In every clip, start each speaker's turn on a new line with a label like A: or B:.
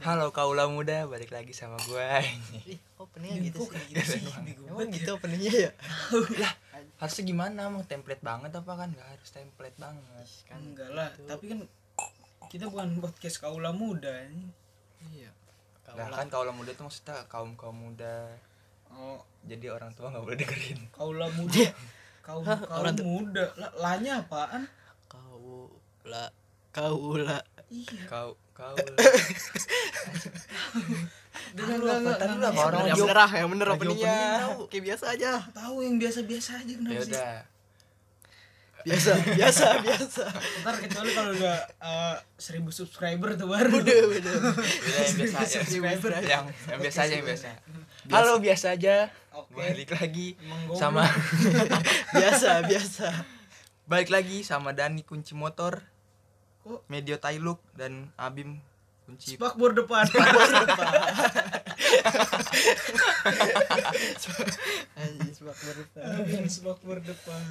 A: Halo kaula muda, balik lagi sama gue
B: Ih, openingnya gitu
C: Kok
B: sih.
C: kayak gitu sih bego
B: Emang
C: banget
B: gitu openingnya ya?
A: Harusnya gimana, mau template banget apa kan? Gak harus template banget
C: ya? enggak lah
B: Gitu.
A: Gitu.
C: tapi kan kita bukan podcast kaula muda ini.
B: Iya.
A: Nah
B: Kaulah.
A: kan kaula muda tuh maksudnya kaum-kaum muda
C: oh
A: Jadi orang tua gak boleh dengerin
C: kaula muda kaum
B: Hah,
C: kaum
B: orang tuh-
C: muda lah lanya apaan
B: Kaulah. Kaulah.
C: iya
A: Kau, kau
C: dengan
A: lu apa? Tadi lu apa? Orang
B: Yang
A: audio-
B: bener ah, yang bener
A: audio
B: openingnya.
A: opening tau.
B: Kayak biasa aja.
C: tahu yang biasa-biasa aja
A: Ya
C: kenapa sih
A: udah,
B: Biasa, biasa, biasa.
C: ntar kecuali kalau udah eh, seribu subscriber tuh baru
B: Udah, udah.
A: udah yang biasa aja
B: Subscriber.
A: Yang, yang biasa aja, yang biasa Halo biasa aja
C: oke
A: Balik lagi
C: Emang goblok.
A: sama
B: Biasa, biasa.
A: Balik lagi sama Dani kunci motor
C: Kok?
A: Medio Tailuk dan Abim kunci
C: spakbor depan
B: Anjing, sebab berdepan.
C: spakbor depan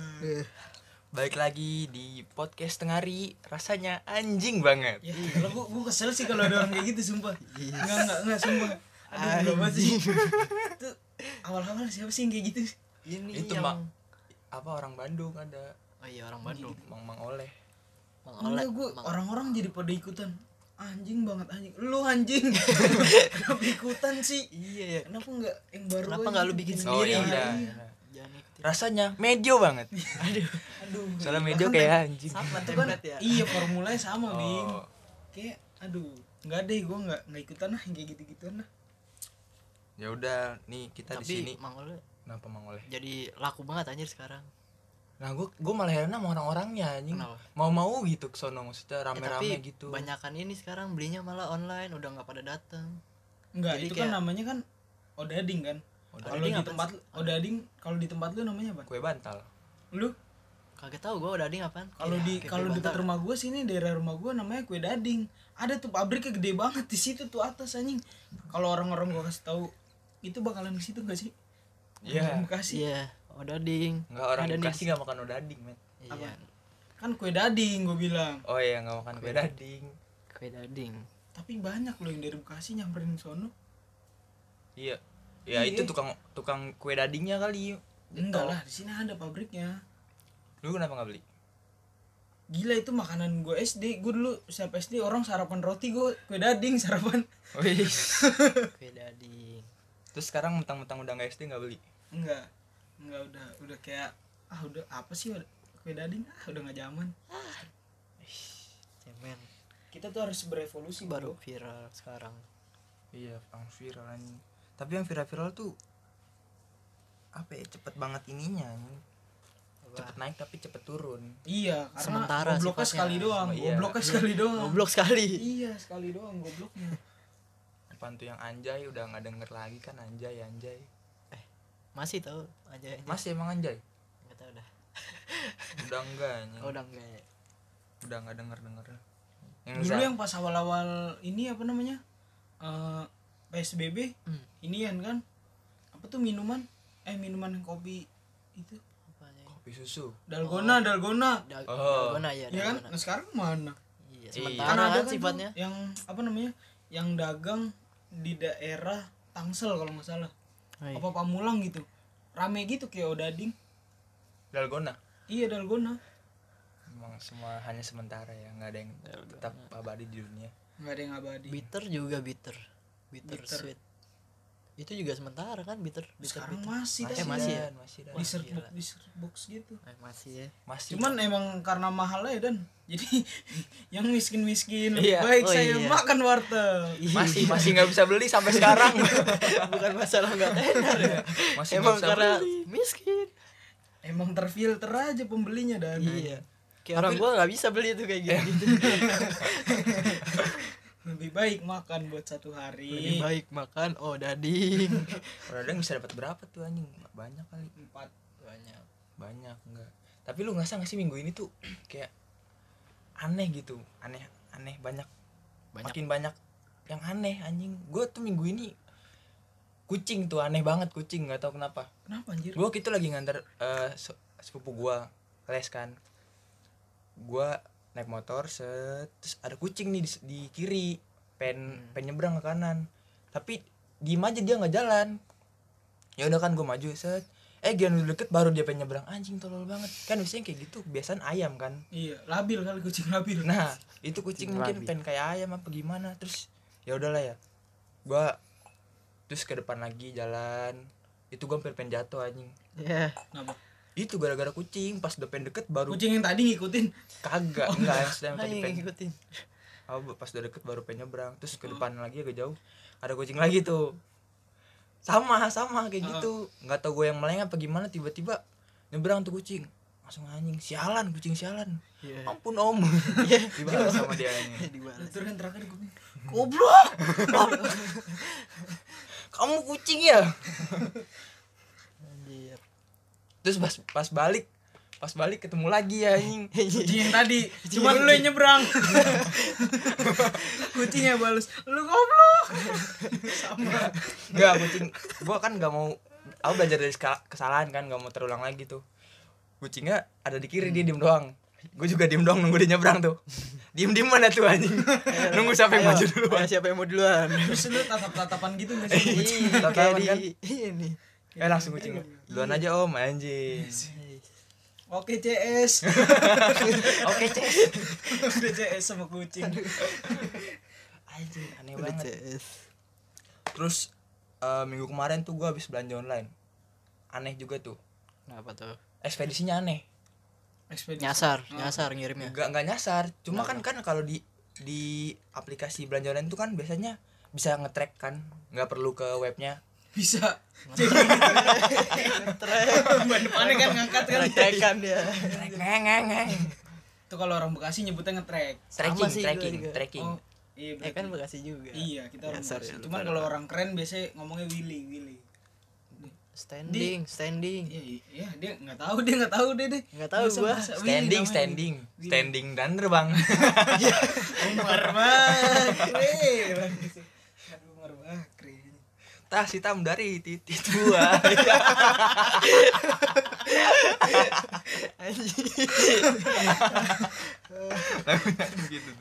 A: Balik lagi di podcast tengah hari Rasanya anjing banget
C: ya kalau gua, gua kesel sih kalau ada orang kayak gitu sumpah
B: Iya.
C: enggak enggak enggak sumpah aduh enggak banget sih
B: Anjing.
C: tuh awal-awal siapa sih yang kayak gitu
B: Ini
A: Itu,
B: yang
A: Mak. Apa orang Bandung ada
B: Oh iya, orang Bandung.
A: Mang Mang Oleh
B: Mang Oleh.
C: Enggak gue
B: Mang-
C: orang-orang jadi pada ikutan anjing banget anjing lu anjing kenapa ikutan sih
B: Iya ya.
C: kenapa nggak yang baru
B: Kenapa
C: aja
B: nggak lu bikin
A: Oh
B: Sendiri.
A: ya
C: Iya.
A: udah
B: Jangan ikutin.
A: Rasanya medio banget
B: Aduh.
C: aduh
A: Soalnya
C: iya,
A: medio
C: kan
A: kayak anjing
B: Sama
C: tem- kan,
B: template ya.
C: iya formulanya sama bing
A: Oh,
C: kayak aduh nggak deh gue nggak nggak ikutan lah kayak gitu gituan lah
A: ya udah nih kita di sini
B: Tapi Mang Oleh
A: kenapa Mang Oleh
B: jadi laku banget anjir sekarang. Eh,
A: nah gue gue malah heran sama orang-orangnya anjing
B: Kenapa?
A: mau-mau gitu ke sono maksudnya
B: Eh,
A: rame-rame
B: tapi
A: gitu
B: banyakan ini sekarang belinya malah online udah nggak pada datang
C: nggak
B: Jadi
C: itu
B: kayak-
C: kan namanya kan odading kan
A: Udah
C: kalau
B: Odading
C: di
B: apa
C: tempat
B: sih?
C: odading kalau di tempat lu namanya apa
A: kue bantal
C: lu
B: kaget tahu gue udah ding apaan
C: kalau
B: Iya,
C: di
B: kayak
C: kalau
B: bantal.
C: dekat rumah gue sini daerah rumah gue namanya kue dading ada tuh pabriknya gede banget di situ tuh atas anjing kalau orang-orang gue kasih tahu itu bakalan ke situ gak sih
A: Iya.
C: Orang bekasi
B: iya udah ding
A: nggak orang
B: Ada nih.
A: dikasih nggak makan odading men
B: iya
C: kan kue dading gue bilang
A: oh iya nggak makan kue dading
B: kue dading
C: tapi banyak loh yang dari bekasi nyamperin sono
A: iya ya
C: Iya.
A: itu tukang tukang kue dadingnya kali
C: enggak lah di sini ada pabriknya
A: lu kenapa nggak beli
C: gila itu makanan gue sd gue dulu siapa sd orang sarapan roti gue kue dading sarapan
A: Wih.
B: kue dading
A: Terus sekarang mentang-mentang udah nggak SD nggak beli.
C: enggak enggak udah udah kayak ah udah apa sih kue dading ah udah nggak zaman
B: cemen
C: kita tuh harus berevolusi
B: baru viral sekarang
A: Iya, yang viral anjing. Tapi yang viral-viral tuh apa ya cepet banget ininya anjing. cepet naik tapi cepet turun
C: Iya, karena
B: Sementara
C: gobloknya
B: sifatnya.
C: sekali doang,
A: Oh, iya.
C: gobloknya sekali doang.
B: goblok sekali
C: Iya, sekali doang gobloknya.
A: depan tuh yang anjay udah nggak denger lagi kan anjay anjay
B: masih tahu aja aja
A: masih emang anjay
B: nggak tahu dah
A: udah enggak anjing
B: oh, udah enggak ya
A: udah nggak denger denger yang
C: Dulu
A: Zara-
C: yang pas awal-awal ini apa namanya? Eh PSBB,
B: Hmm.
C: inian kan. Apa tuh minuman? Eh minuman yang kopi itu
B: apa aja
A: kopi susu
C: dalgona, dalgona.
B: Dag-
A: Oh.
B: dalgona ya
C: Iya kan?
B: dalgona.
C: Nah, sekarang mana?
A: Iya.
B: iya sementara
C: Karena
B: kan
C: tuh
B: sifatnya
C: yang apa namanya? Yang dagang di daerah Tangsel kalau nggak salah.
B: Hai.
C: Apa Pamulang gitu. Rame gitu kayak Odading.
A: dalgona
C: Iya, dalgona.
A: emang semua hanya sementara ya nggak ada yang tetap abadi di dunia
C: Nggak ada yang abadi.
B: bitter juga bitter bitter,
C: Bitter.
B: sweet itu juga sementara kan bitter bitter
C: sekarang
B: bitter
C: masih dah.
B: Eh, masih ya?
A: Dan, masih dan.
C: di serbuk
B: gila.
C: di serbuk gitu
B: Eh, masih ya
A: masih
C: cuman emang karena mahal ya dan jadi yang miskin miskin
A: Iya.
C: baik
B: Oh,
C: saya
B: iya.
C: makan warteg
A: masih masih nggak bisa beli sampai sekarang
B: bukan masalah nggak tenar ya
A: masih nggak
B: emang
A: bisa
B: karena
A: beli.
B: miskin
C: emang terfilter aja pembelinya dan
B: iya kayak orang gua nggak bisa beli tuh kayak gitu,
C: lebih baik makan buat satu hari
B: lebih baik makan oh dading
A: Rodeng bisa dapat berapa tuh anjing? Banyak kali.
C: empat
B: banyak
A: Banyak enggak. Tapi lu ngerasa gak sih minggu ini tuh kayak aneh gitu. Aneh aneh banyak.
B: Banyak.
A: Makin banyak yang aneh anjing. Gue tuh minggu ini kucing tuh aneh banget kucing nggak tahu kenapa.
C: kenapa anjir
A: Gue gitu lagi nganter eh, se- sepupu gua les kan. Gua naik motor set terus ada kucing nih di, di kiri. pengen pengen nyebrang ke kanan tapi diem aja dia nggak jalan ya udah kan gue maju set eh gian udah deket baru dia pengen nyebrang anjing tolol banget kan biasanya kayak gitu kebiasaan ayam kan
C: iya labil kali kucing labil
A: nah itu kucing mungkin
B: Labil.
A: pengen kayak ayam apa gimana terus ya udahlah ya gua terus ke depan lagi jalan itu gua hampir pengen jatuh anjing
B: Ya.
C: Kenapa?
A: itu gara-gara kucing pas udah pengen deket baru
C: kucing yang tadi
B: Iya.
C: ngikutin
A: kagak enggak yang sedang tadi
B: Ayo
A: pengen
B: ngikutin.
A: apa, pas udah deket baru pengen nyebrang terus ke depan lagi agak jauh ada kucing lagi tuh sama sama kayak
C: Heeh.
A: gitu nggak tau gue yang meleng apa gimana tiba-tiba nyebrang tuh kucing langsung anjing sialan kucing sialan
B: Iya.
A: ampun om dibalas sama dia ini
B: Dibalas.
C: terus kan terakhir gue bilang,
B: Iya. Goblok.
A: kamu kucing ya
B: Anjir.
A: terus pas pas balik pas balik ketemu lagi ya anjing
C: kucing yang tadi
B: Iya.
C: cuma lu yang nyebrang kucingnya balas lu goblok sama
A: nggak kucing gua kan nggak mau aku belajar dari skala- kesalahan kan nggak mau terulang lagi tuh kucingnya ada di kiri dia
B: Hmm.
A: diem doang gue juga diem doang nunggu dia nyebrang tuh diem diem mana tuh anjing nunggu sampai
B: Ayo,
A: maju dulu Iya,
B: ayo, siapa yang mau duluan?
C: terus lu tatap tatapan gitu nggak sih
B: Ih,
A: Tatapan
B: kayak
A: kan?
B: di ini.
A: eh langsung kucing duluan aja om anjing
B: Iya.
C: oke cs
A: oke cek
C: udah cs sama kucing
A: anjing aneh
B: Udah
A: banget
B: CS.
A: terus eh, minggu kemarin tuh gua habis belanja online aneh juga tuh
B: Kenapa tuh?
A: ekspedisinya aneh
C: ekspedisi
B: Nyasar, nyasar ngirimnya.
A: nggak nggak nyasar cuma kan kan kalau di di aplikasi belanja online itu kan biasanya bisa nge-track kan nggak perlu ke webnya
C: bisa
B: Trek,
C: ban depannya kan ngangkat kan
B: trekan dia.
A: track ngeng ngeng ngeng
C: itu kalau orang bekasi nyebutnya ngetrek
A: tracking
B: sih gua
A: tracking
B: juga.
A: tracking
C: oh iya
B: Ya kan
C: berarti.
B: Bekasi juga.
C: iya kita orang
B: Nyasar
C: bekasi
B: ya,
C: cuman
B: lupa.
C: kalau orang keren biasanya ngomongnya willy willy
B: Standing, standing.
C: iya iya dia nggak tahu dia nggak tahu deh deh
B: Hmm. Nggak tahu
C: Masa-
B: gua.
C: masa Willy
A: standing
C: namanya?
A: standing
C: Willy.
A: standing dan terbang
C: Umar Bakri. Aduh, Umar Bakri.
A: tas hitam dari titik gua
B: Iya,
A: gitu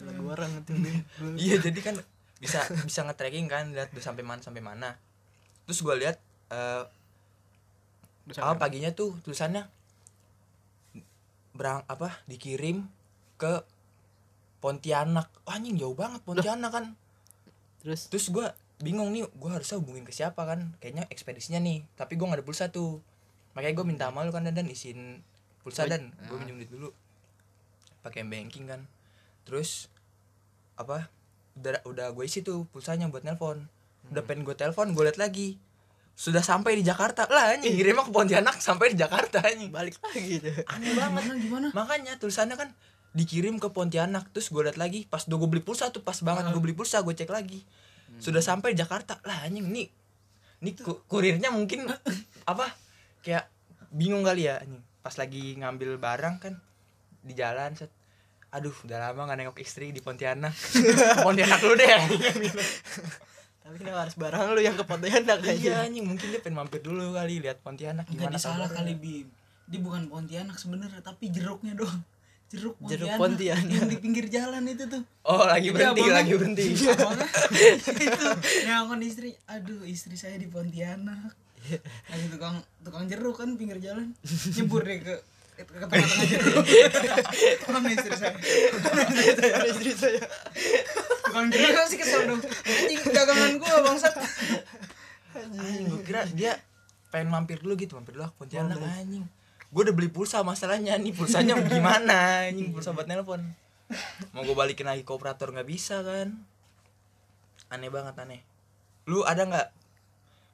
B: Lagu orang itu dia.
A: iya jadi kan bisa bisa nge-tracking kan lihat udah sampai mana sampai mana terus gua lihat eh ah, paginya tuh tulisannya berang apa dikirim ke Pontianak Wah, anjing jauh banget Pontianak kan
B: Terus
A: terus gua bingung nih gua harusnya hubungin ke siapa kan kayaknya ekspedisinya nih tapi gua nggak ada pulsa tuh makanya gua minta sama lu kan dan, dan isin pulsa dan gua minjem duit dulu pakai banking kan terus apa udah udah gue isi tuh pulsanya buat nelpon udah pengen gue telepon gue liat lagi sudah sampai di Jakarta lah anjing ngirimnya ke Pontianak sampai di Jakarta anjing
B: balik lagi tuh.
A: aneh banget
C: Gimana gimana?
A: makanya tulisannya kan dikirim ke Pontianak terus gue liat lagi pas udah gue beli pulsa tuh pas banget gue beli pulsa gue cek lagi sudah sampai Jakarta lah anjing nih nih ku- kurirnya mungkin apa kayak bingung kali ya anjing pas lagi ngambil barang kan di jalan set aduh udah lama gak nengok istri di Pontianak Pontianak lu deh
B: Tapi kenapa harus barang lu yang ke Pontianak aja?
A: iya anjing mungkin dia pengen mampir dulu kali lihat Pontianak
C: Enggak
A: gimana
C: disalah
A: kabarnya.
C: kali Bim. Dia bukan Pontianak sebenarnya tapi jeruknya doang. Jeruk
B: Jeruk
C: Pontianak,
B: Pontianak.
C: yang di pinggir jalan itu tuh. Iya,
A: oh lagi berhenti
C: abangnya-
A: lagi berhenti
C: abangnya itu nelpon istri, aduh istri saya di Pontianak. Lagi tukang tukang jeruk kan pinggir jalan nyebur deh ke ke tengah-tengah jeruk. Mana istri saya?
B: Ada istri saya.
C: Tukang jeruk sih kesel dong. Anjing dagangan gua bangsat.
A: anjing gue kira dia pengen mampir dulu gitu mampir dulu ah, ke Pontianak anjing gue udah beli pulsa masalahnya nih pulsanya gimana anjing pulsa buat nelpon mau gue balikin lagi ke operator nggak bisa kan aneh banget aneh lu ada nggak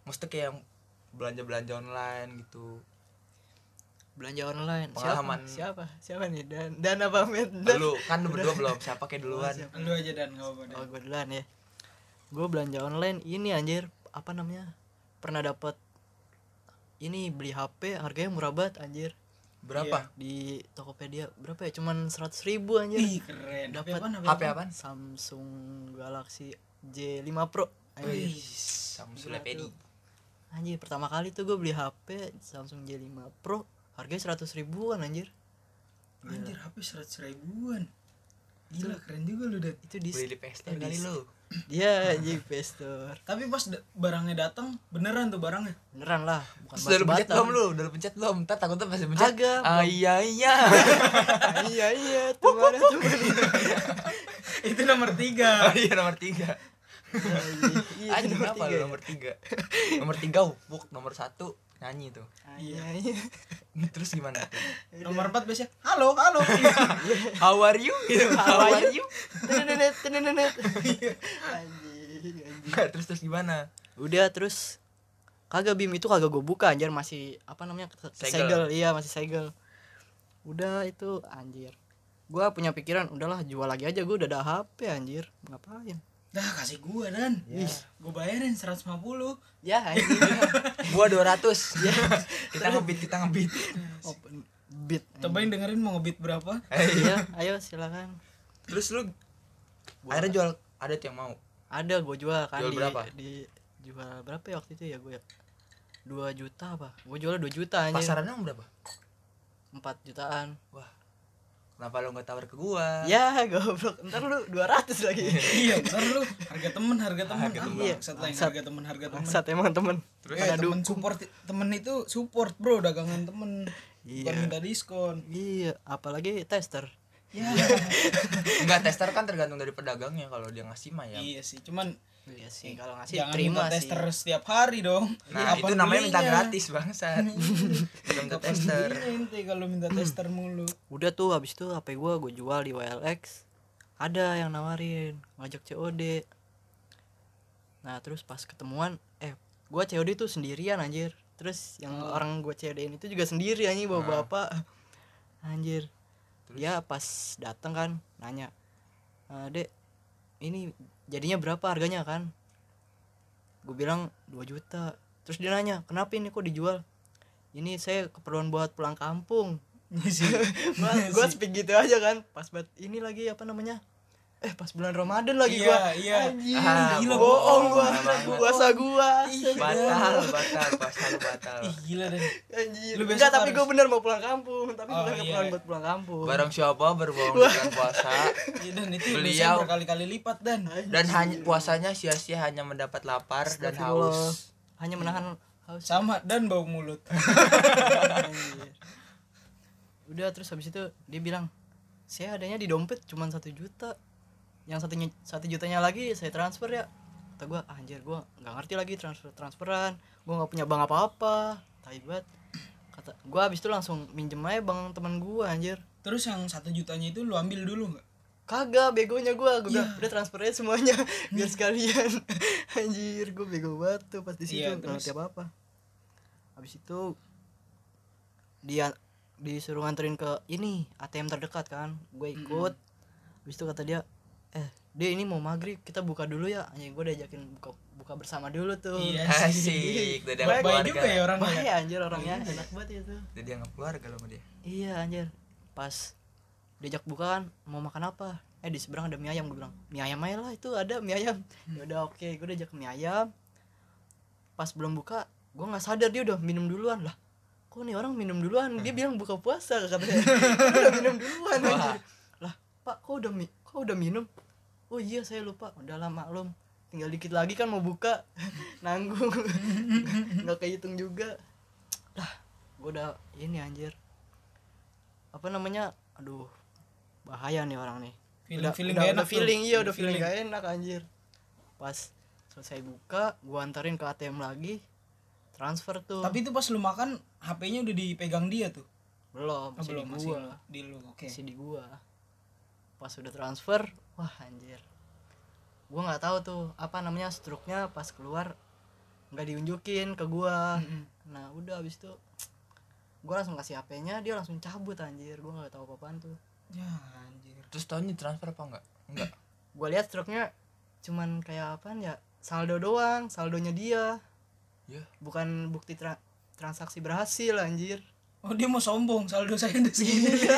A: mesti kayak yang belanja belanja online gitu
B: Belanja online.
A: Pengalaman.
B: Siapa? Siapa, Siapa nih? Dan dan apa Met? Dan.
A: lu kan lu berdua belum siapa kayak duluan
B: siapa?
C: Lu aja dan enggak apa-apa.
A: Iya.
C: Dan.
B: Oh, gue duluan ya. Gue belanja online ini anjir, apa namanya? Pernah dapat ini beli HP harganya murah banget anjir Iya.
A: berapa
B: di Tokopedia berapa ya cuman 100.000 ribu anjir
C: Ih keren.
B: Dapat
C: Dapat
A: HP apaan
B: Samsung Galaxy J5 Pro anjir.
A: Wih, Samsung Lepedi
B: Anjir, pertama kali tuh gue beli HP Samsung J5 Pro harganya 100 ribuan anjir
A: Iya.
C: Anjir HP seratus ribuan. Gila keren juga lu dat.
B: itu di Iya,
A: beli di pesta kali
B: Edisi.
A: lu
B: dia anjing investor
C: Tapi pas da- barangnya datang beneran tuh barangnya.
B: beneran lah bukan
A: Terus udah lu pencet
B: batu-batan.
A: belum lu? Udah lu pencet belum? Ntar takutnya masih pencet
B: Agak, belum.
A: Ayah iya
B: iya iya tuh mana tuh
C: Itu nomor tiga.
A: Oh iya nomor tiga
B: iya
A: Anjing
B: nomor
A: kenapa
B: tiga
A: lu
B: ya?
A: nomor tiga Nomor tiga upuk Nomor satu nyanyi tuh
B: iya iya
A: Terus gimana tuh?
C: nomor empat biasanya halo halo. Iya.
A: How are you? Gitu. How are you?
B: Tenenenet, tenenenet. Anjing, anjing.
A: terus terus gimana?
B: udah terus kagak bim itu kagak gue buka anjir masih apa namanya ke- ke-
A: Segel.
B: segel iya masih segel udah itu anjir gua punya pikiran udahlah jual lagi aja gua udah ada HP anjir ngapain
C: Dah kasih gua dan.
A: Iya.
C: Gua bayarin 150.
B: ya anjir
A: Gua 200 Iya. Kita ngebit kita ngebit
B: open beat
A: Hmm.
B: anjing.
C: Cobain dengerin mau ngebit berapa?
B: iya ayo silakan
A: Terus lu Akhirnya jual ada tuh yang mau
B: ada gue jual kan
A: Jual
B: di,
A: berapa?
B: di jual berapa ya waktu itu ya gue dua juta apa gue jual dua juta anjir
A: Pasarannya emang berapa?
B: empat jutaan
A: Wah Kenapa lu gak tawar ke gua?
B: ya goblok ntar lu dua ratus lagi
C: iya, ntar lu harga temen harga temen.
A: Harga
C: Ah,
A: temen.
C: Bangsat lain
B: Bangsat.
C: harga temen harga temen.
B: Bangsat emang temen
A: Terus?
C: Eh, temen support temen itu support bro dagangan temen
B: Iya.
C: bukan minta diskon
B: Iya, apalagi tester.
C: ya
A: Enggak tester kan tergantung dari pedagangnya Kalau dia ngasih mah ya
C: iya sih cuman
B: Iya sih, kalau
C: Eh, jangan minta tester setiap hari dong
A: Nah
C: Kapan
A: itu namanya minta
C: belinya?
A: gratis bangsat Bukan minta
C: Kapan
A: tester Hmm.
C: belinya Iya, ente kalau minta tester mulu
B: Udah tuh habis itu HP gua gua jual di WLX. Ada yang nawarin, ngajak COD. Nah, terus pas ketemuan eh gua COD tuh sendirian anjir. Terus yang orang gua COD-in itu juga sendiri anjing bapak-bapak. Anjir. Ya pas datang kan nanya. "Eh, Dek, ini jadinya berapa harganya kan? gue bilang 2 juta terus dia nanya kenapa ini kok dijual ini saya keperluan buat pulang kampung gue
C: Iya
B: gue speak gitu aja kan pas buat ini lagi apa namanya eh pas bulan Ramadan lagi
C: Iya,
B: gua
C: iya.
B: Anjing,
A: Ah, bohong,
B: gila bohong gua
A: parah banget.
B: puasa gua
C: Iya.
A: Batal batal pasal batal
C: ih gila deh
B: anjir
C: Lu besok
B: enggak tapi
C: harus-
B: gue bener mau pulang kampung tapi
C: Oh,
B: bukan
C: iya.
B: keperluan buat pulang kampung
A: Barang siapa berbohong dengan puasa
C: Iya, dan itu
A: Beliau-
C: bisa berkali-kali lipat dan
A: Dan hanya puasanya sia-sia hanya mendapat lapar dan
B: Astagfirullah.
A: haus
B: hanya menahan
C: Iya.
B: haus
C: sama dan bau mulut
B: Anjir. udah terus habis itu dia bilang saya adanya di dompet cuman satu juta yang satunya satu jutanya lagi saya transfer ya kata gue anjir gue nggak ngerti lagi transfer transferan gue nggak punya bank apa apa tai banget kata gue habis itu langsung minjem aja bank teman gue anjir
C: terus yang satu jutanya itu lu ambil dulu nggak
B: kagak begonya gue gue bilang
C: Iya.
B: udah transfernya semuanya biar sekalian anjir gue bego banget tuh pas di situ
C: Iya,
B: nggak
C: terus?
B: ngerti apa apa habis itu dia disuruh nganterin ke ini ATM terdekat kan gue ikut habis itu kata dia eh dia ini mau maghrib kita buka dulu ya anjing gue diajakin buka buka bersama dulu tuh
C: Iya
A: Ah, Asik Udah dianggap
C: baik juga ya Iya.
A: keluarga
C: orang
B: Bahaya anjir orangnya enak banget itu
A: Udah dianggap keluarga lo sama dia
B: Iya anjir Pas diajak buka kan mau makan apa Eh di seberang ada mie ayam gue bilang Mie ayam aja lah itu ada mie ayam Ya udah oke gue diajak ke mie ayam Pas belum buka gue nggak sadar dia udah minum duluan lah Kok nih orang minum duluan Dia bilang buka puasa katanya Dia udah minum duluan
A: Wah.
B: anjir Lah pak kok udah, mi kok udah minum Oh iya saya lupa Udah lah maklum Tinggal dikit lagi kan mau buka Nanggung Nggak kehitung juga Lah gue udah ini anjir apa namanya aduh bahaya nih orang nih
C: Feeling-
B: udah,
C: feeling
B: udah,
C: gak
B: udah
C: enak tuh.
B: feeling iya udah
C: Feeling.
B: feeling gak enak anjir pas selesai buka gua anterin ke ATM lagi transfer tuh
C: tapi itu pas lu makan HP-nya udah dipegang dia tuh
B: belum
C: Oh,
B: masih
C: belum
B: di
C: masih
B: gua
C: di lu oke
B: masih di gua pas udah transfer wah anjir gua nggak tahu tuh apa namanya struknya pas keluar nggak diunjukin ke gua nah udah habis itu gua langsung kasih HP-nya dia langsung cabut anjir gua nggak tahu apa-apaan tuh
C: ya anjir
A: Terus tahunnya transfer apa enggak? Enggak
B: gue lihat struknya cuman kayak apaan ya saldo doang saldonya dia
A: Ya
B: bukan bukti tra- transaksi berhasil anjir
C: oh dia mau sombong saldo saya udah segini ya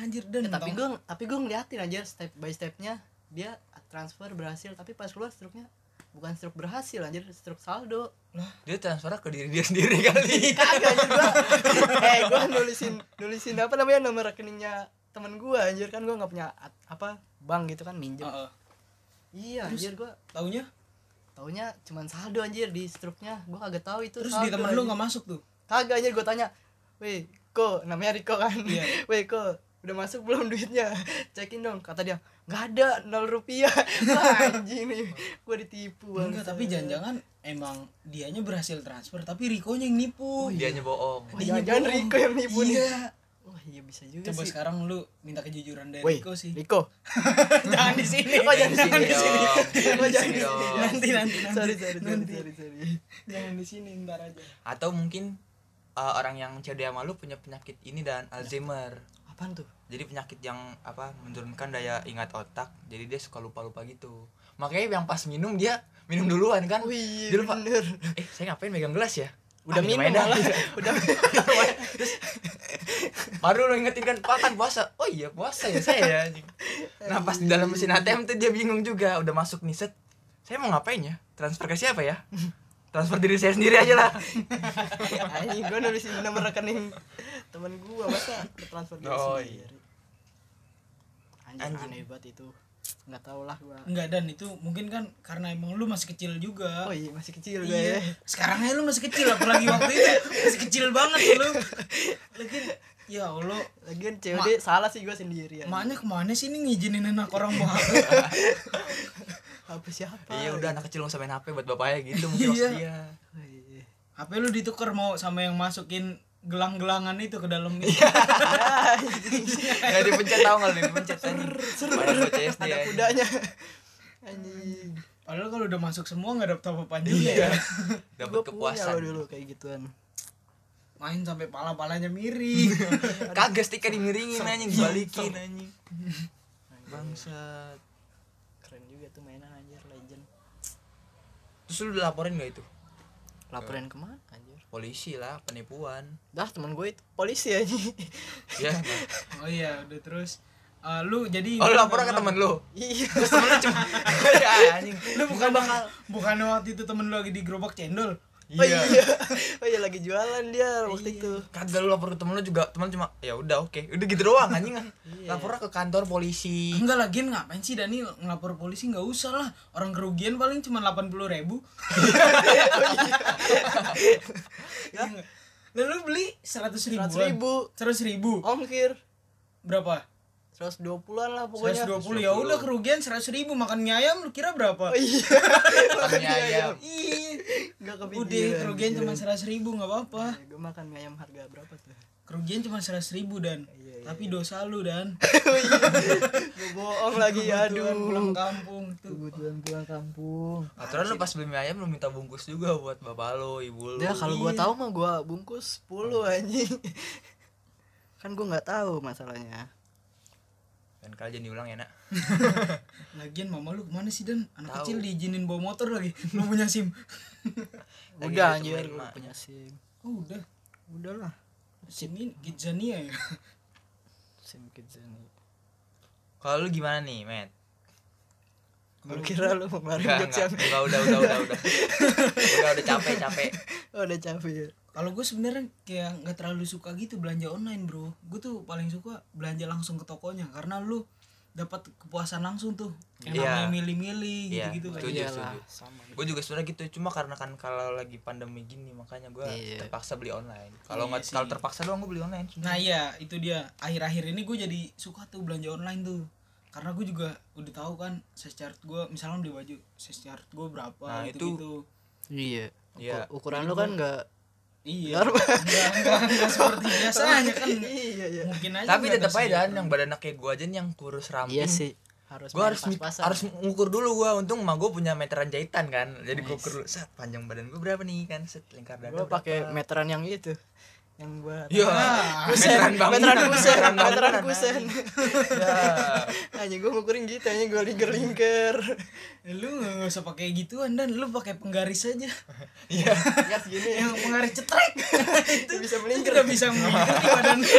C: anjir
B: Iya.
C: dan
B: Eh, tapi
C: tau-
B: gue tapi gue ngeliatin aja step by stepnya dia transfer berhasil tapi pas keluar struknya bukan struk berhasil anjir struk saldo Ya,
A: Dia transfer ke diri dia sendiri kali
B: kagak anjir gue eh gue nulisin nulisin apa namanya nomor rekeningnya temen gua anjir kan gua nggak punya at- apa bank gitu kan minjem
C: Heeh.
B: iya
C: Oh. Terus?
B: anjir gua
C: Taunya
B: taunya cuman saldo anjir di struknya gua kagak tahu itu
C: terus
B: saldo,
C: di temen
B: anjir.
C: lu nggak masuk tuh.
B: kagak anjir gua tanya weh ko namanya Riko kan
C: Iya.
B: weh ko udah masuk belum duitnya cekin dong kata dia nggak ada nol rupiah Wah, anjing nih gua ditipu
C: Enggak,
B: bangsat.
C: tapi jangan-jangan emang dianya berhasil transfer tapi Rikonya yang
B: Oh,
C: nipu.
A: dia bohong
B: Wah, iya. jangan-jangan
C: bohong.
B: Riko yang nipu nih.
C: Iya.
B: wah iya bisa juga sih
C: Coba
B: Iya.
C: sekarang lu minta kejujuran dari
B: Weh,
C: Riko sih.
B: Riko.
C: jangan di sini.
B: Oh, jangan di sini.
A: Jangan di sini.
B: Oh, jangan
A: Jangan
B: di sini.
A: di sini.
C: Nanti nanti nanti.
B: Sorry, sorry, sorry,
C: Nanti.
B: sorry, sorry.
C: Jangan di sini ntar aja.
A: atau mungkin eh, orang yang CD sama lu punya penyakit ini dan Alzheimer
B: Apaan tuh?
A: jadi penyakit yang apa menurunkan daya ingat otak jadi dia suka lupa lupa gitu makanya yang pas minum dia minum duluan kan
B: Wih,
A: dia lupa
B: bener.
A: eh saya ngapain megang gelas ya
B: Oh, iya. Udah
A: Ah,
B: minum
A: aja dah.
B: malah. Udah
A: baru lo ingetin kan pak kan puasa oh iya puasa ya saya ya anjing." nah pas di dalam mesin ATM tuh dia bingung juga udah masuk nih set saya mau ngapain ya transfer ke siapa ya transfer diri saya sendiri aja lah
B: Anjing gua nulisin nomor rekening temen gua masa transfer dia
A: Oh, iya.
B: sendiri. Anjing,
A: Anjing.
B: aneh banget itu. Enggak tau lah gua.
C: Enggak dan itu mungkin kan karena emang lu masih kecil juga.
B: Oh iya masih kecil gua ya.
C: Iya. Sekarang aja lu masih kecil apalagi waktu itu masih kecil banget lu. Lagi ya Allah,
B: Lagian COD salah sih gua sendiri
C: emaknya kemana sih ini ngizinin anak orang bawa HP?
B: Apa siapa?
A: iya udah anak kecil nggak usah main HP buat bapaknya gitu mungkin maksud
C: Iya.
A: dia
B: Oh, iya.
C: HP lu ditukar mau sama yang masukin gelang-gelangan itu ke dalam gitu. itu.
B: Iya.
A: nggak dipencet tau nggak lu dipencet anjing Padahal bocah SD
B: Ada
A: anjing.
B: kudanya. Anjing.
C: Padahal kalau udah masuk semua nggak dapet apa-apa juga
B: Iya.
C: ya.
A: dapat
B: Gua punya
A: kepuasan
B: lo dulu kayak gituan.
C: Main sampai pala-palanya miring.
A: kagak stiker dimiringin anjing dibalikin anjing bangsat
B: Keren juga tuh mainan anjir legend.
A: terus lu udah laporin gak itu
B: Laporin kemana anjir?
A: polisi lah penipuan
B: Dah temen gue itu polisi anjing.
A: ya
C: oh iya, udah terus Eh, lu jadi
A: oh lu laporan ke temen lu
B: Iya.
A: terus temen lu cuma ya anjing
C: Lu bukan bakal bukan waktu itu temen lu lagi di gerobak cendol.
B: Oh iya. Oh iya lagi jualan dia waktu itu.
A: kagak lu lapor ke temen lu juga temen lu cuma ya udah oke udah gitu doang anjing kan
B: Iya.
A: laporan ke kantor polisi
C: Enggak lagian ngapain sih Dani ngelapor polisi nggak usah lah orang kerugian paling cuma 80 ribu Iya lalu beli 100 ribu
B: 100 ribu Oh.
C: 100 ribu
B: ongkir.
C: berapa
B: 120-an lah pokoknya.
C: 120 ya udah kerugian 100 ribu makan mie ayam lu kira berapa
B: Oh iya.
A: makan mie ayam
C: Ih,
B: Enggak kepikiran.
C: udah kerugian cuma 100 ribu nggak apa-apa
B: gue makan mie ayam harga berapa tuh?
C: kerugian cuma 100 ribu dan
B: Iya, iya,
C: tapi dosa lu dan
B: Gue Oh iya. bohong lagi
C: Kebetulan pulang
B: aduh.
C: kampung tuh
B: Kebutuhan pulang kampung.
A: aturan lu pas beli mie ayam lu minta bungkus juga buat bapak lu ibu lu
B: Ya kalau gua tahu mah gua bungkus 10 anjing. Kan gua nggak tahu masalahnya.
A: dan kali jadi ulang ya nak
C: Lagian mama lu kemana sih Dan? Anak
A: Tahu.
C: kecil diizinin bawa motor lagi Lu punya SIM
A: Lagi ditemuin
B: Udah anjir gua
A: emaknya.
B: punya SIM.
C: Oh udah
B: Udahlah.
C: SIM ini Gizania ya
B: SIM kids ini.
A: kalau lu gimana nih met
B: Gua kira lu mau ngeluarin
A: Enggak,
B: jokes yang
A: enggak, enggak, udah, udah, udah, udah, udah, udah capek, capek.
B: Oh, udah capek ya.
C: Kalau gue sebenarnya kayak nggak terlalu suka gitu belanja online bro Gue tuh paling suka belanja langsung ke tokonya Karena lu dapat kepuasan langsung tuh
A: Iya.
C: Yang namanya milih-milih
A: Iya,
C: gitu-gitu kan
A: Setuju,
B: Iyalah,
A: setuju.
B: sama gitu.
A: Gue juga sebenarnya gitu, cuma karena kan kalau lagi pandemi gini makanya gue
B: Iya.
A: terpaksa beli online. Kalau
C: Iya
A: nggak,
C: sih.
A: kalau terpaksa doang gue beli online.
C: Nah iya itu dia Akhir-akhir ini gue jadi suka tuh belanja online tuh karena gue juga udah tahu kan size chart gue misalnya beli baju size chart gue berapa
A: Nah, itu-
C: gitu, gitu
B: Iya. Uku-
A: Iya.
B: Ukuran lu kan enggak
C: iya
B: Biar-
C: enggak, enggak, enggak seperti biasanya kan
B: Iya, iya.
C: mungkin aja
A: Tapi
C: nggak
A: tetap
C: tersedia
A: aja dan
C: perang.
A: yang badan kayak gue aja nih yang kurus ramping.
B: Iya sih. Harus
A: Gue harus harus ngukur dulu gue. Untung mah gue punya meteran jahitan kan. Jadi gue ukur dulu. Set panjang badan gue berapa nih kan? Set lingkar dada.
B: Gue
A: berapa.
B: pakai meteran yang itu. Yang gua Ah,
A: Iya.
B: Nah,
A: Meteran bangunan.
B: meteran kusen,
A: Meteran bangunan,
B: meteran
A: anjing.
B: kusen.
A: Ya.
B: Hanya gua ngukurin gitu, hanya gua lingker-lingker.
C: lu nggak nggak usah pakai gituan dan lu pakai penggaris aja
A: Iya.
B: Ya segini
C: yang penggaris cetrek
B: itu bisa
C: itu
B: melingkar.
C: udah bisa mengikuti badan lu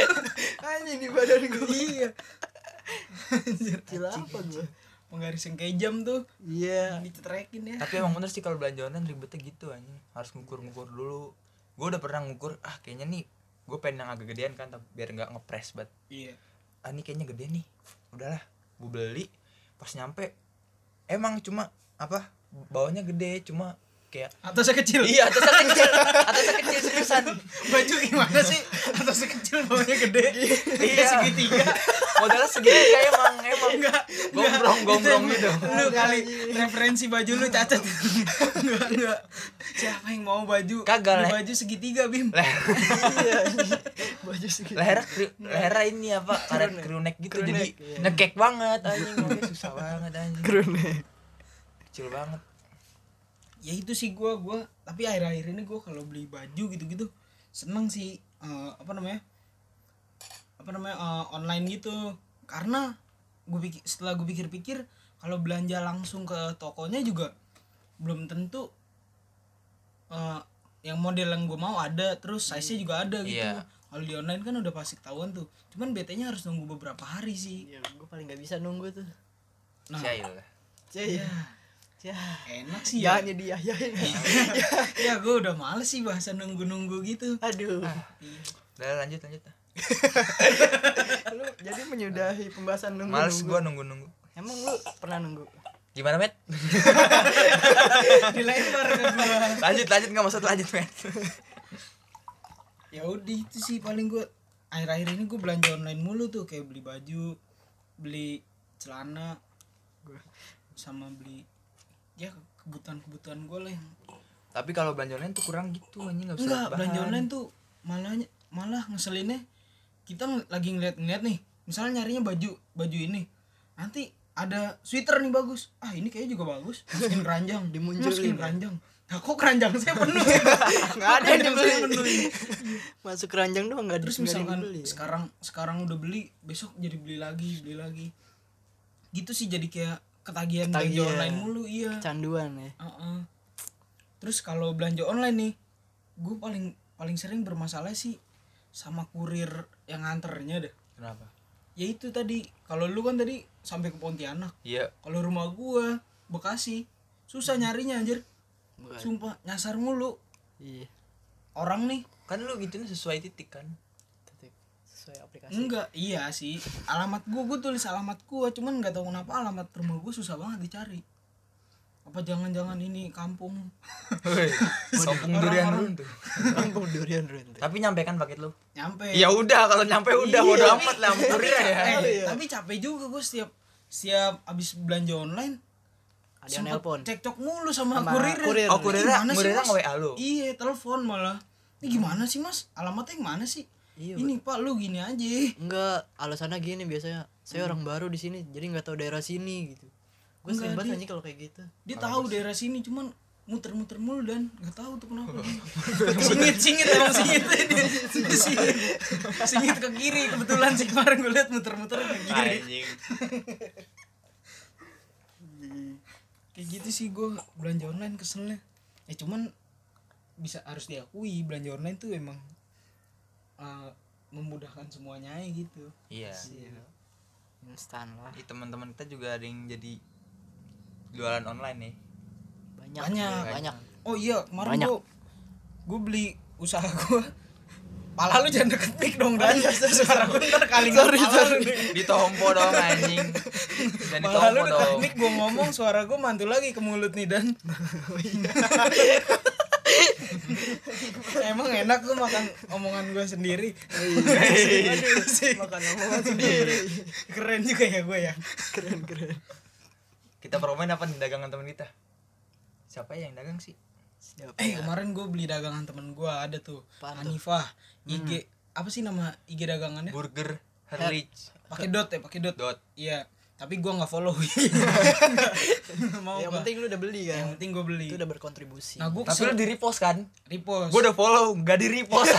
B: Anjing di badan gua.
C: iya
B: Kecil apa gua?
C: penggaris yang kayak jam tuh
B: Iya.
C: dicetrekin ya
A: Tapi emang bener sih kalau belanja online ribetnya gitu anjing. Harus ngukur-ngukur dulu. Gue udah pernah ngukur, ah kayaknya nih gue pengen yang agak gedean kan tapi biar nggak ngepres banget
C: iya
A: ah ini kayaknya gede nih udahlah gue beli pas nyampe emang cuma apa bawahnya gede cuma kayak
C: Atasnya kecil.
A: iya atasnya kecil atasnya kecil seriusan
C: Baju gimana sih? Atasnya kecil bawahnya gede.
A: Iya.
C: Iya segitiga.
A: modalnya segitiga emang emang
C: Enggak.
A: Gombrong, gombrong
C: Itu
A: gitu.
C: emang Lu kali referensi baju lu cacat. Enggak, enggak. Siapa yang mau baju?
A: Kagak, Le.
C: Beli Baju segitiga, Bim.
A: leher
B: iya, baju segitu
A: leher kri- leher ini apa karet
B: Crew neck.
A: crew neck gitu
B: Crew
A: jadi
B: neck, iya.
A: nekek banget anjing ngomongnya susah banget anjing
B: Kerune.
A: kecil banget
C: ya itu sih gua gua tapi akhir-akhir ini gua kalau beli baju gitu-gitu seneng sih eh, apa namanya apa namanya eh, online gitu karena gue pikir setelah gue pikir-pikir kalau belanja langsung ke tokonya juga belum tentu eh, yang model yang gue mau ada terus size nya juga ada gitu
A: Iya.
C: kalau di online kan udah pasti ketahuan tuh cuman betanya harus nunggu beberapa hari sih
B: Ya, gue paling gak bisa nunggu tuh.
C: nah
A: Cail.
B: Cie. Cie.
C: enak sih
B: Ya,
C: ya
B: ini dia. Ya, ini.
C: ya gue udah males sih bahasa nunggu-nunggu gitu
B: Aduh.
A: udah lanjut lanjut
B: Lu jadi menyudahi pembahasan nunggu.
A: males gua nunggu nunggu
B: Emang lu pernah nunggu?
A: gimana met
C: dilempar ke gua
A: lanjut lanjut nggak maksud lanjut met
C: ya udah itu sih paling gue akhir-akhir ini gue belanja online mulu tuh kayak beli baju beli celana sama beli ya kebutuhan-kebutuhan gue lah yang
A: tapi kalau belanja online tuh kurang gitu anjing nggak bisa
C: enggak
A: bahan.
C: belanja online tuh malah malah ngeselinnya kita ng- lagi ngeliat-ngeliat nih misalnya nyarinya baju baju ini nanti ada sweater nih bagus ah ini kayaknya juga bagus masukin keranjang
B: Dimunculin,
C: masukin
B: ya.
C: keranjang nah, kok keranjang saya penuh nggak
B: ada yang
C: saya
B: dibeli.
C: penuh ini.
B: Masuk keranjang doang enggak
C: terus misalkan sekarang sekarang udah beli besok jadi beli lagi beli lagi gitu sih jadi kayak ketagihan belanja
B: Ketagihan.
C: online mulu iya
B: canduan ya.
C: Heeh. terus kalau belanja online nih gue paling paling sering bermasalah sih sama kurir yang nganternya deh
A: kenapa
C: ya itu tadi kalau lu kan tadi sampai ke Pontianak
A: iya
C: kalau rumah gua Bekasi susah nyarinya anjir
B: Bukan.
C: sumpah nyasar mulu
B: Iya.
C: orang nih
A: kan lu gituin sesuai titik kan
B: Titik. Sesuai aplikasi.
C: Enggak, iya sih. Alamat gua gua tulis alamat gua, cuman nggak tahu kenapa alamat rumah gua susah banget dicari. Apa jangan-jangan ini kampung?
A: Woi, kampung durian runtuh
B: Kampung durian runtuh.
A: tapi nyampe kan paket lu
C: Nyampe.
A: ya udah kalau nyampe udah bodo amat lah kurir ya
C: Iya. Eh,
B: iya.
C: Tapi capek juga gua setiap setiap abis belanja online
B: Ada yang nelpon.
C: cekcok mulu sama,
B: Sama
C: kurir.
B: kurir.
A: Oh, kurirnya-
C: Gimana sih,
A: kurirnya
C: Mas?
A: nge-WA lu?
C: Iya, telepon malah. Ini gimana sih, Mas? Alamatnya yang mana sih?
B: Iya,
C: ini Pak, lu gini aja.
B: Enggak, alasannya gini biasanya. Saya orang baru di sini, jadi nggak tahu daerah sini gitu. Gue
C: Enggak,
B: sering banget
C: dia-
B: anjing kalau kayak gitu.
C: Dia tahu daerah sini, cuman muter-muter mulu dan nggak tahu tuh kenapa. singit singit emang singit Dia singit singit ke kiri kebetulan sih kemarin gue liat muter-muter ke kiri
A: anjing
C: kayak gitu sih gue belanja online keselnya ya cuman bisa harus diakui belanja online tuh emang eh, memudahkan semuanya aja gitu
A: iya
B: Instan lah.
A: Ih, teman-teman kita juga ada yang jadi jualan online nih
B: Banyak.
C: Banyak.
B: banyak.
C: oh iya kemarin
B: Banyak.
C: gue gue beli usaha gue Pala lu jangan deket mic dong dan suara gue ntar kali Iya, sorry,
A: ditompo dong anjing dan
C: Malah
A: ditompo
C: lu dekat
A: dong
C: mic gue ngomong suara gue mantul lagi ke mulut nih dan Emang enak tuh makan omongan gue sendiri Iya.
B: Makan omongan sendiri.
C: Keren juga ya gue ya
B: keren keren.
A: kita promoin apa nih dagangan teman kita siapa ya yang dagang sih
B: Siapa?
C: Eh kemarin gue beli dagangan temen gue ada tuh Hmm.
B: Apaan tuh?
C: Hanifah IG Apa sih nama IG dagangannya?
A: burger Herlich
C: Pakai dot ya pakai dot
A: dot
C: Iya Tapi gue gak follow Mau
B: yang
C: gua.
B: penting lu udah beli kan.
C: Yang penting gue beli
B: Itu udah berkontribusi.
C: Nah gue
A: tapi lu di repost kan
C: repost
A: gue udah follow nggak di repost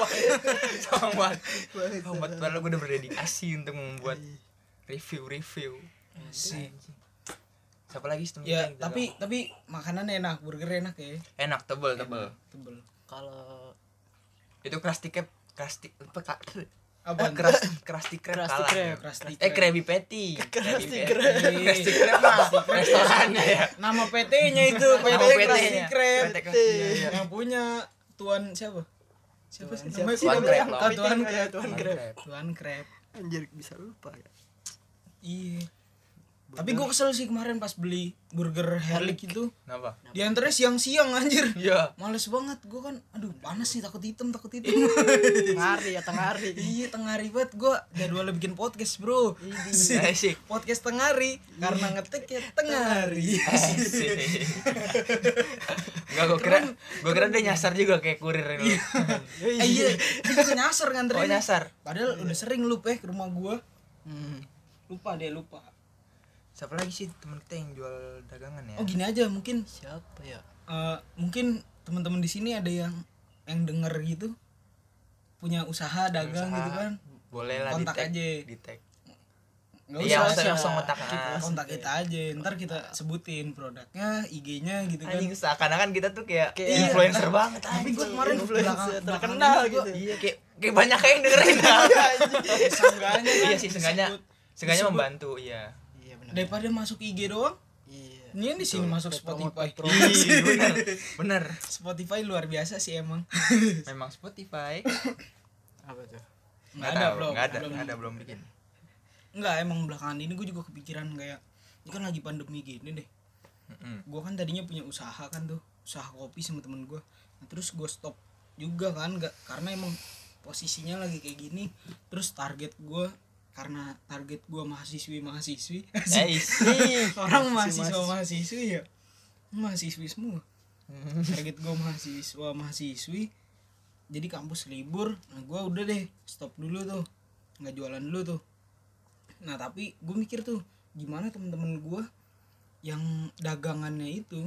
A: sombong sombong padahal gue udah berdedikasi untuk membuat review review
C: Sih.
A: siapa lagi sih temen kita
C: Ya
A: yang dagang?
C: tapi tapi makanan enak burger enak ya
A: enak tebel tebel
C: Tebel
B: Kalau
A: itu crusty cap crusty apa Kak?
C: Apa?
A: Eh, crust crusty crab
B: Krusty
A: kalah
B: Krab.
C: Krusty
A: eh
C: Krab.
A: krabby patty
B: Krusty
A: Krab. crusty crab mah restorannya ya
C: Nama PT-nya itu, PT
A: Nama
C: Krusty Iya,
A: PT-nya.
C: Krab.
A: PT.
C: Yang punya Tuan siapa? siapa sih
B: Siapa
C: namanya
B: sih
C: sih
A: Tuan
C: namanya?
A: Grab lah.
C: Ah, Tuan
B: Iya, Tuan
C: Grab
A: Tuan
B: Grab.
A: Grab.
C: Tuan Grab
B: Anjir bisa lupa ya.
C: iya tapi gue kesel sih kemarin pas beli burger Herlik itu
A: Kenapa?
C: diantarnya siang-siang anjir
A: Iya.
C: males banget gue kan aduh panas nih takut hitam takut hitam
B: Tengah hari ya tengah hari.
C: iya tengah hari banget gue jadwalnya bikin podcast bro Asik.
A: Asik.
C: podcast tengah hari karena ngetik ya tengah hari
A: Asik. Enggak gua kira gua kira dia nyasar juga kayak kurir ini.
C: eh, iya itu nyasar
A: Oh
C: nganterin
A: nyasar.
C: padahal udah sering lu peh ke rumah gue
B: Hmm.
C: lupa deh lupa
A: Siapa lagi sih temen kita yang jual dagangan ya?
C: oh gini aja mungkin
B: Siapa ya?
C: eh, mungkin teman-teman di sini ada yang yang denger gitu punya usaha dagang
A: Usaha.
C: gitu kan
A: Boleh lah di
C: Kontak
A: tag.
C: aja.
A: Di tag.
C: Nggak
A: Iya,
C: usah,
A: maksudnya
C: usah.
A: langsung kontak.
C: Kita
A: Ah,
C: kontak kita aja ntar kita sebutin produknya IG-nya gitu kan
A: Anjing seakan-akan kita tuh kayak
B: Kayak-
A: influencer banget
C: iya. tapi
A: anjing.
C: gue kemarin
B: Influencer
C: belakang-
B: terkenal
C: belakangan
B: gitu.
A: Iya kayak kayak banyak yang
C: Iya,
A: dengerin.
C: juga, seenggaknya kan
A: Iya sih sengaja
C: disebut.
A: sengaja
C: Disebut.
A: membantu iya.
B: Iya benar.
C: daripada masuk IG doang
B: Iya.
C: ini di sini masuk Spotify
A: Iya bener bener
C: Spotify luar biasa sih emang
A: memang Spotify
B: Apa tuh?
C: nggak ada
A: tahu,
C: bro
A: nggak ada nggak ada belum bikin
C: nggak emang belakangan ini gue juga kepikiran kayak ini kan lagi pandemi gini deh
A: Mm-mm.
C: gue kan tadinya punya usaha kan tuh usaha kopi sama temen gue nah, terus gue stop juga kan nggak karena emang posisinya lagi kayak gini terus target gue karena target gue mahasiswi mahasiswi
A: Iya Guys,
C: orang mahasiswa mahasiswi ya mahasiswi semua target gue mahasiswa mahasiswi jadi kampus libur nah gue udah deh stop dulu tuh nggak jualan dulu tuh nah tapi gue mikir tuh gimana temen-temen gue yang dagangannya itu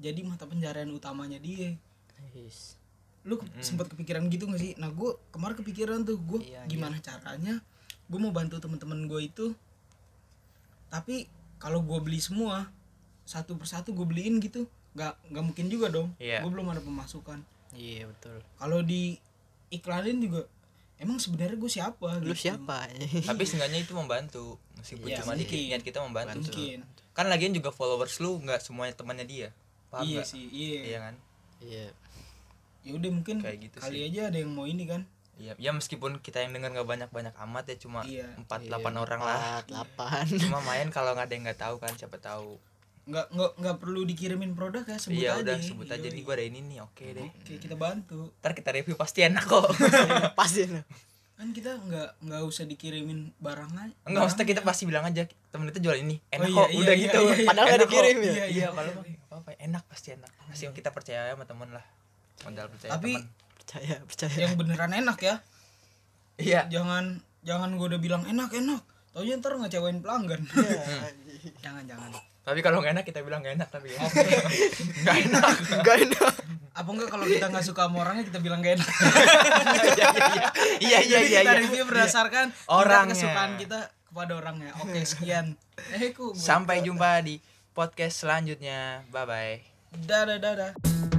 C: jadi mata pencarian utamanya dia lu ke- sempet kepikiran gitu gak sih nah gue kemarin kepikiran tuh gue
B: Iya,
C: gimana caranya gue mau bantu temen-temen gue itu tapi kalau gue beli semua satu persatu gue beliin gitu nggak nggak mungkin juga dong
A: Iya.
C: gue belum ada pemasukan
B: Iya betul.
C: kalau di iklanin juga emang sebenarnya gue siapa
B: Lu
C: gitu.
B: siapa?
A: tapi seenggaknya itu membantu meskipun
C: Iya,
A: cuma dikit
C: mungkin.
A: niat kita membantu
C: mungkin
A: kan lagian juga followers lu nggak semuanya temannya dia paham
C: iya
A: nggak?
C: sih iya
A: iya kan
B: Iya.
C: ya udah mungkin
A: Kayak gitu
C: kali aja ada yang mau ini kan
A: iya ya meskipun kita yang dengar nggak banyak banyak amat ya cuma
C: Iya.
A: empat delapan orang lah
B: Empat, Delapan.
A: cuma main kalau nggak ada yang nggak tahu kan siapa tahu
C: nggak nggak nggak perlu dikirimin produk ya sebut
A: iya
C: aja
A: udah sebut aja
C: Yoi.
A: nih gua ada ini nih oke deh
C: oke kita bantu
A: ntar kita review pasti enak kok
B: Pasti lu.
C: kan kita nggak nggak usah dikirimin barang aja
A: enggak maksudnya kita pasti bilang aja temen itu jual ini enak
C: iya,
A: kok
C: iya,
A: udah
C: iya,
A: gitu
C: iya, iya.
B: Padahal nggak
A: Enak kok.
B: dikirim ya.
C: iya iya
A: kalau mah nggak apa-apa enak pasti enak masih kita percaya sama temen lah modal percaya
C: tapi
A: temen.
B: Percaya percaya.
C: yang beneran enak ya
A: iya
C: jangan jangan gue udah bilang enak enak taunya ntar ngecewain pelanggan
A: Iya,
C: jangan jangan
A: tapi kalau nggak enak kita bilang nggak enak tapi ya nggak enak
B: Enggak enak.
C: apa enggak kalau kita nggak suka sama orangnya kita bilang gak enak
A: iya iya
C: Jadi
A: iya
C: kita
A: iya.
C: review berdasarkan tingkat
A: Orangnya.
C: kesukaan kita kepada orangnya oke sekian eh ku
A: sampai jumpa di podcast selanjutnya bye bye
C: dadah dadah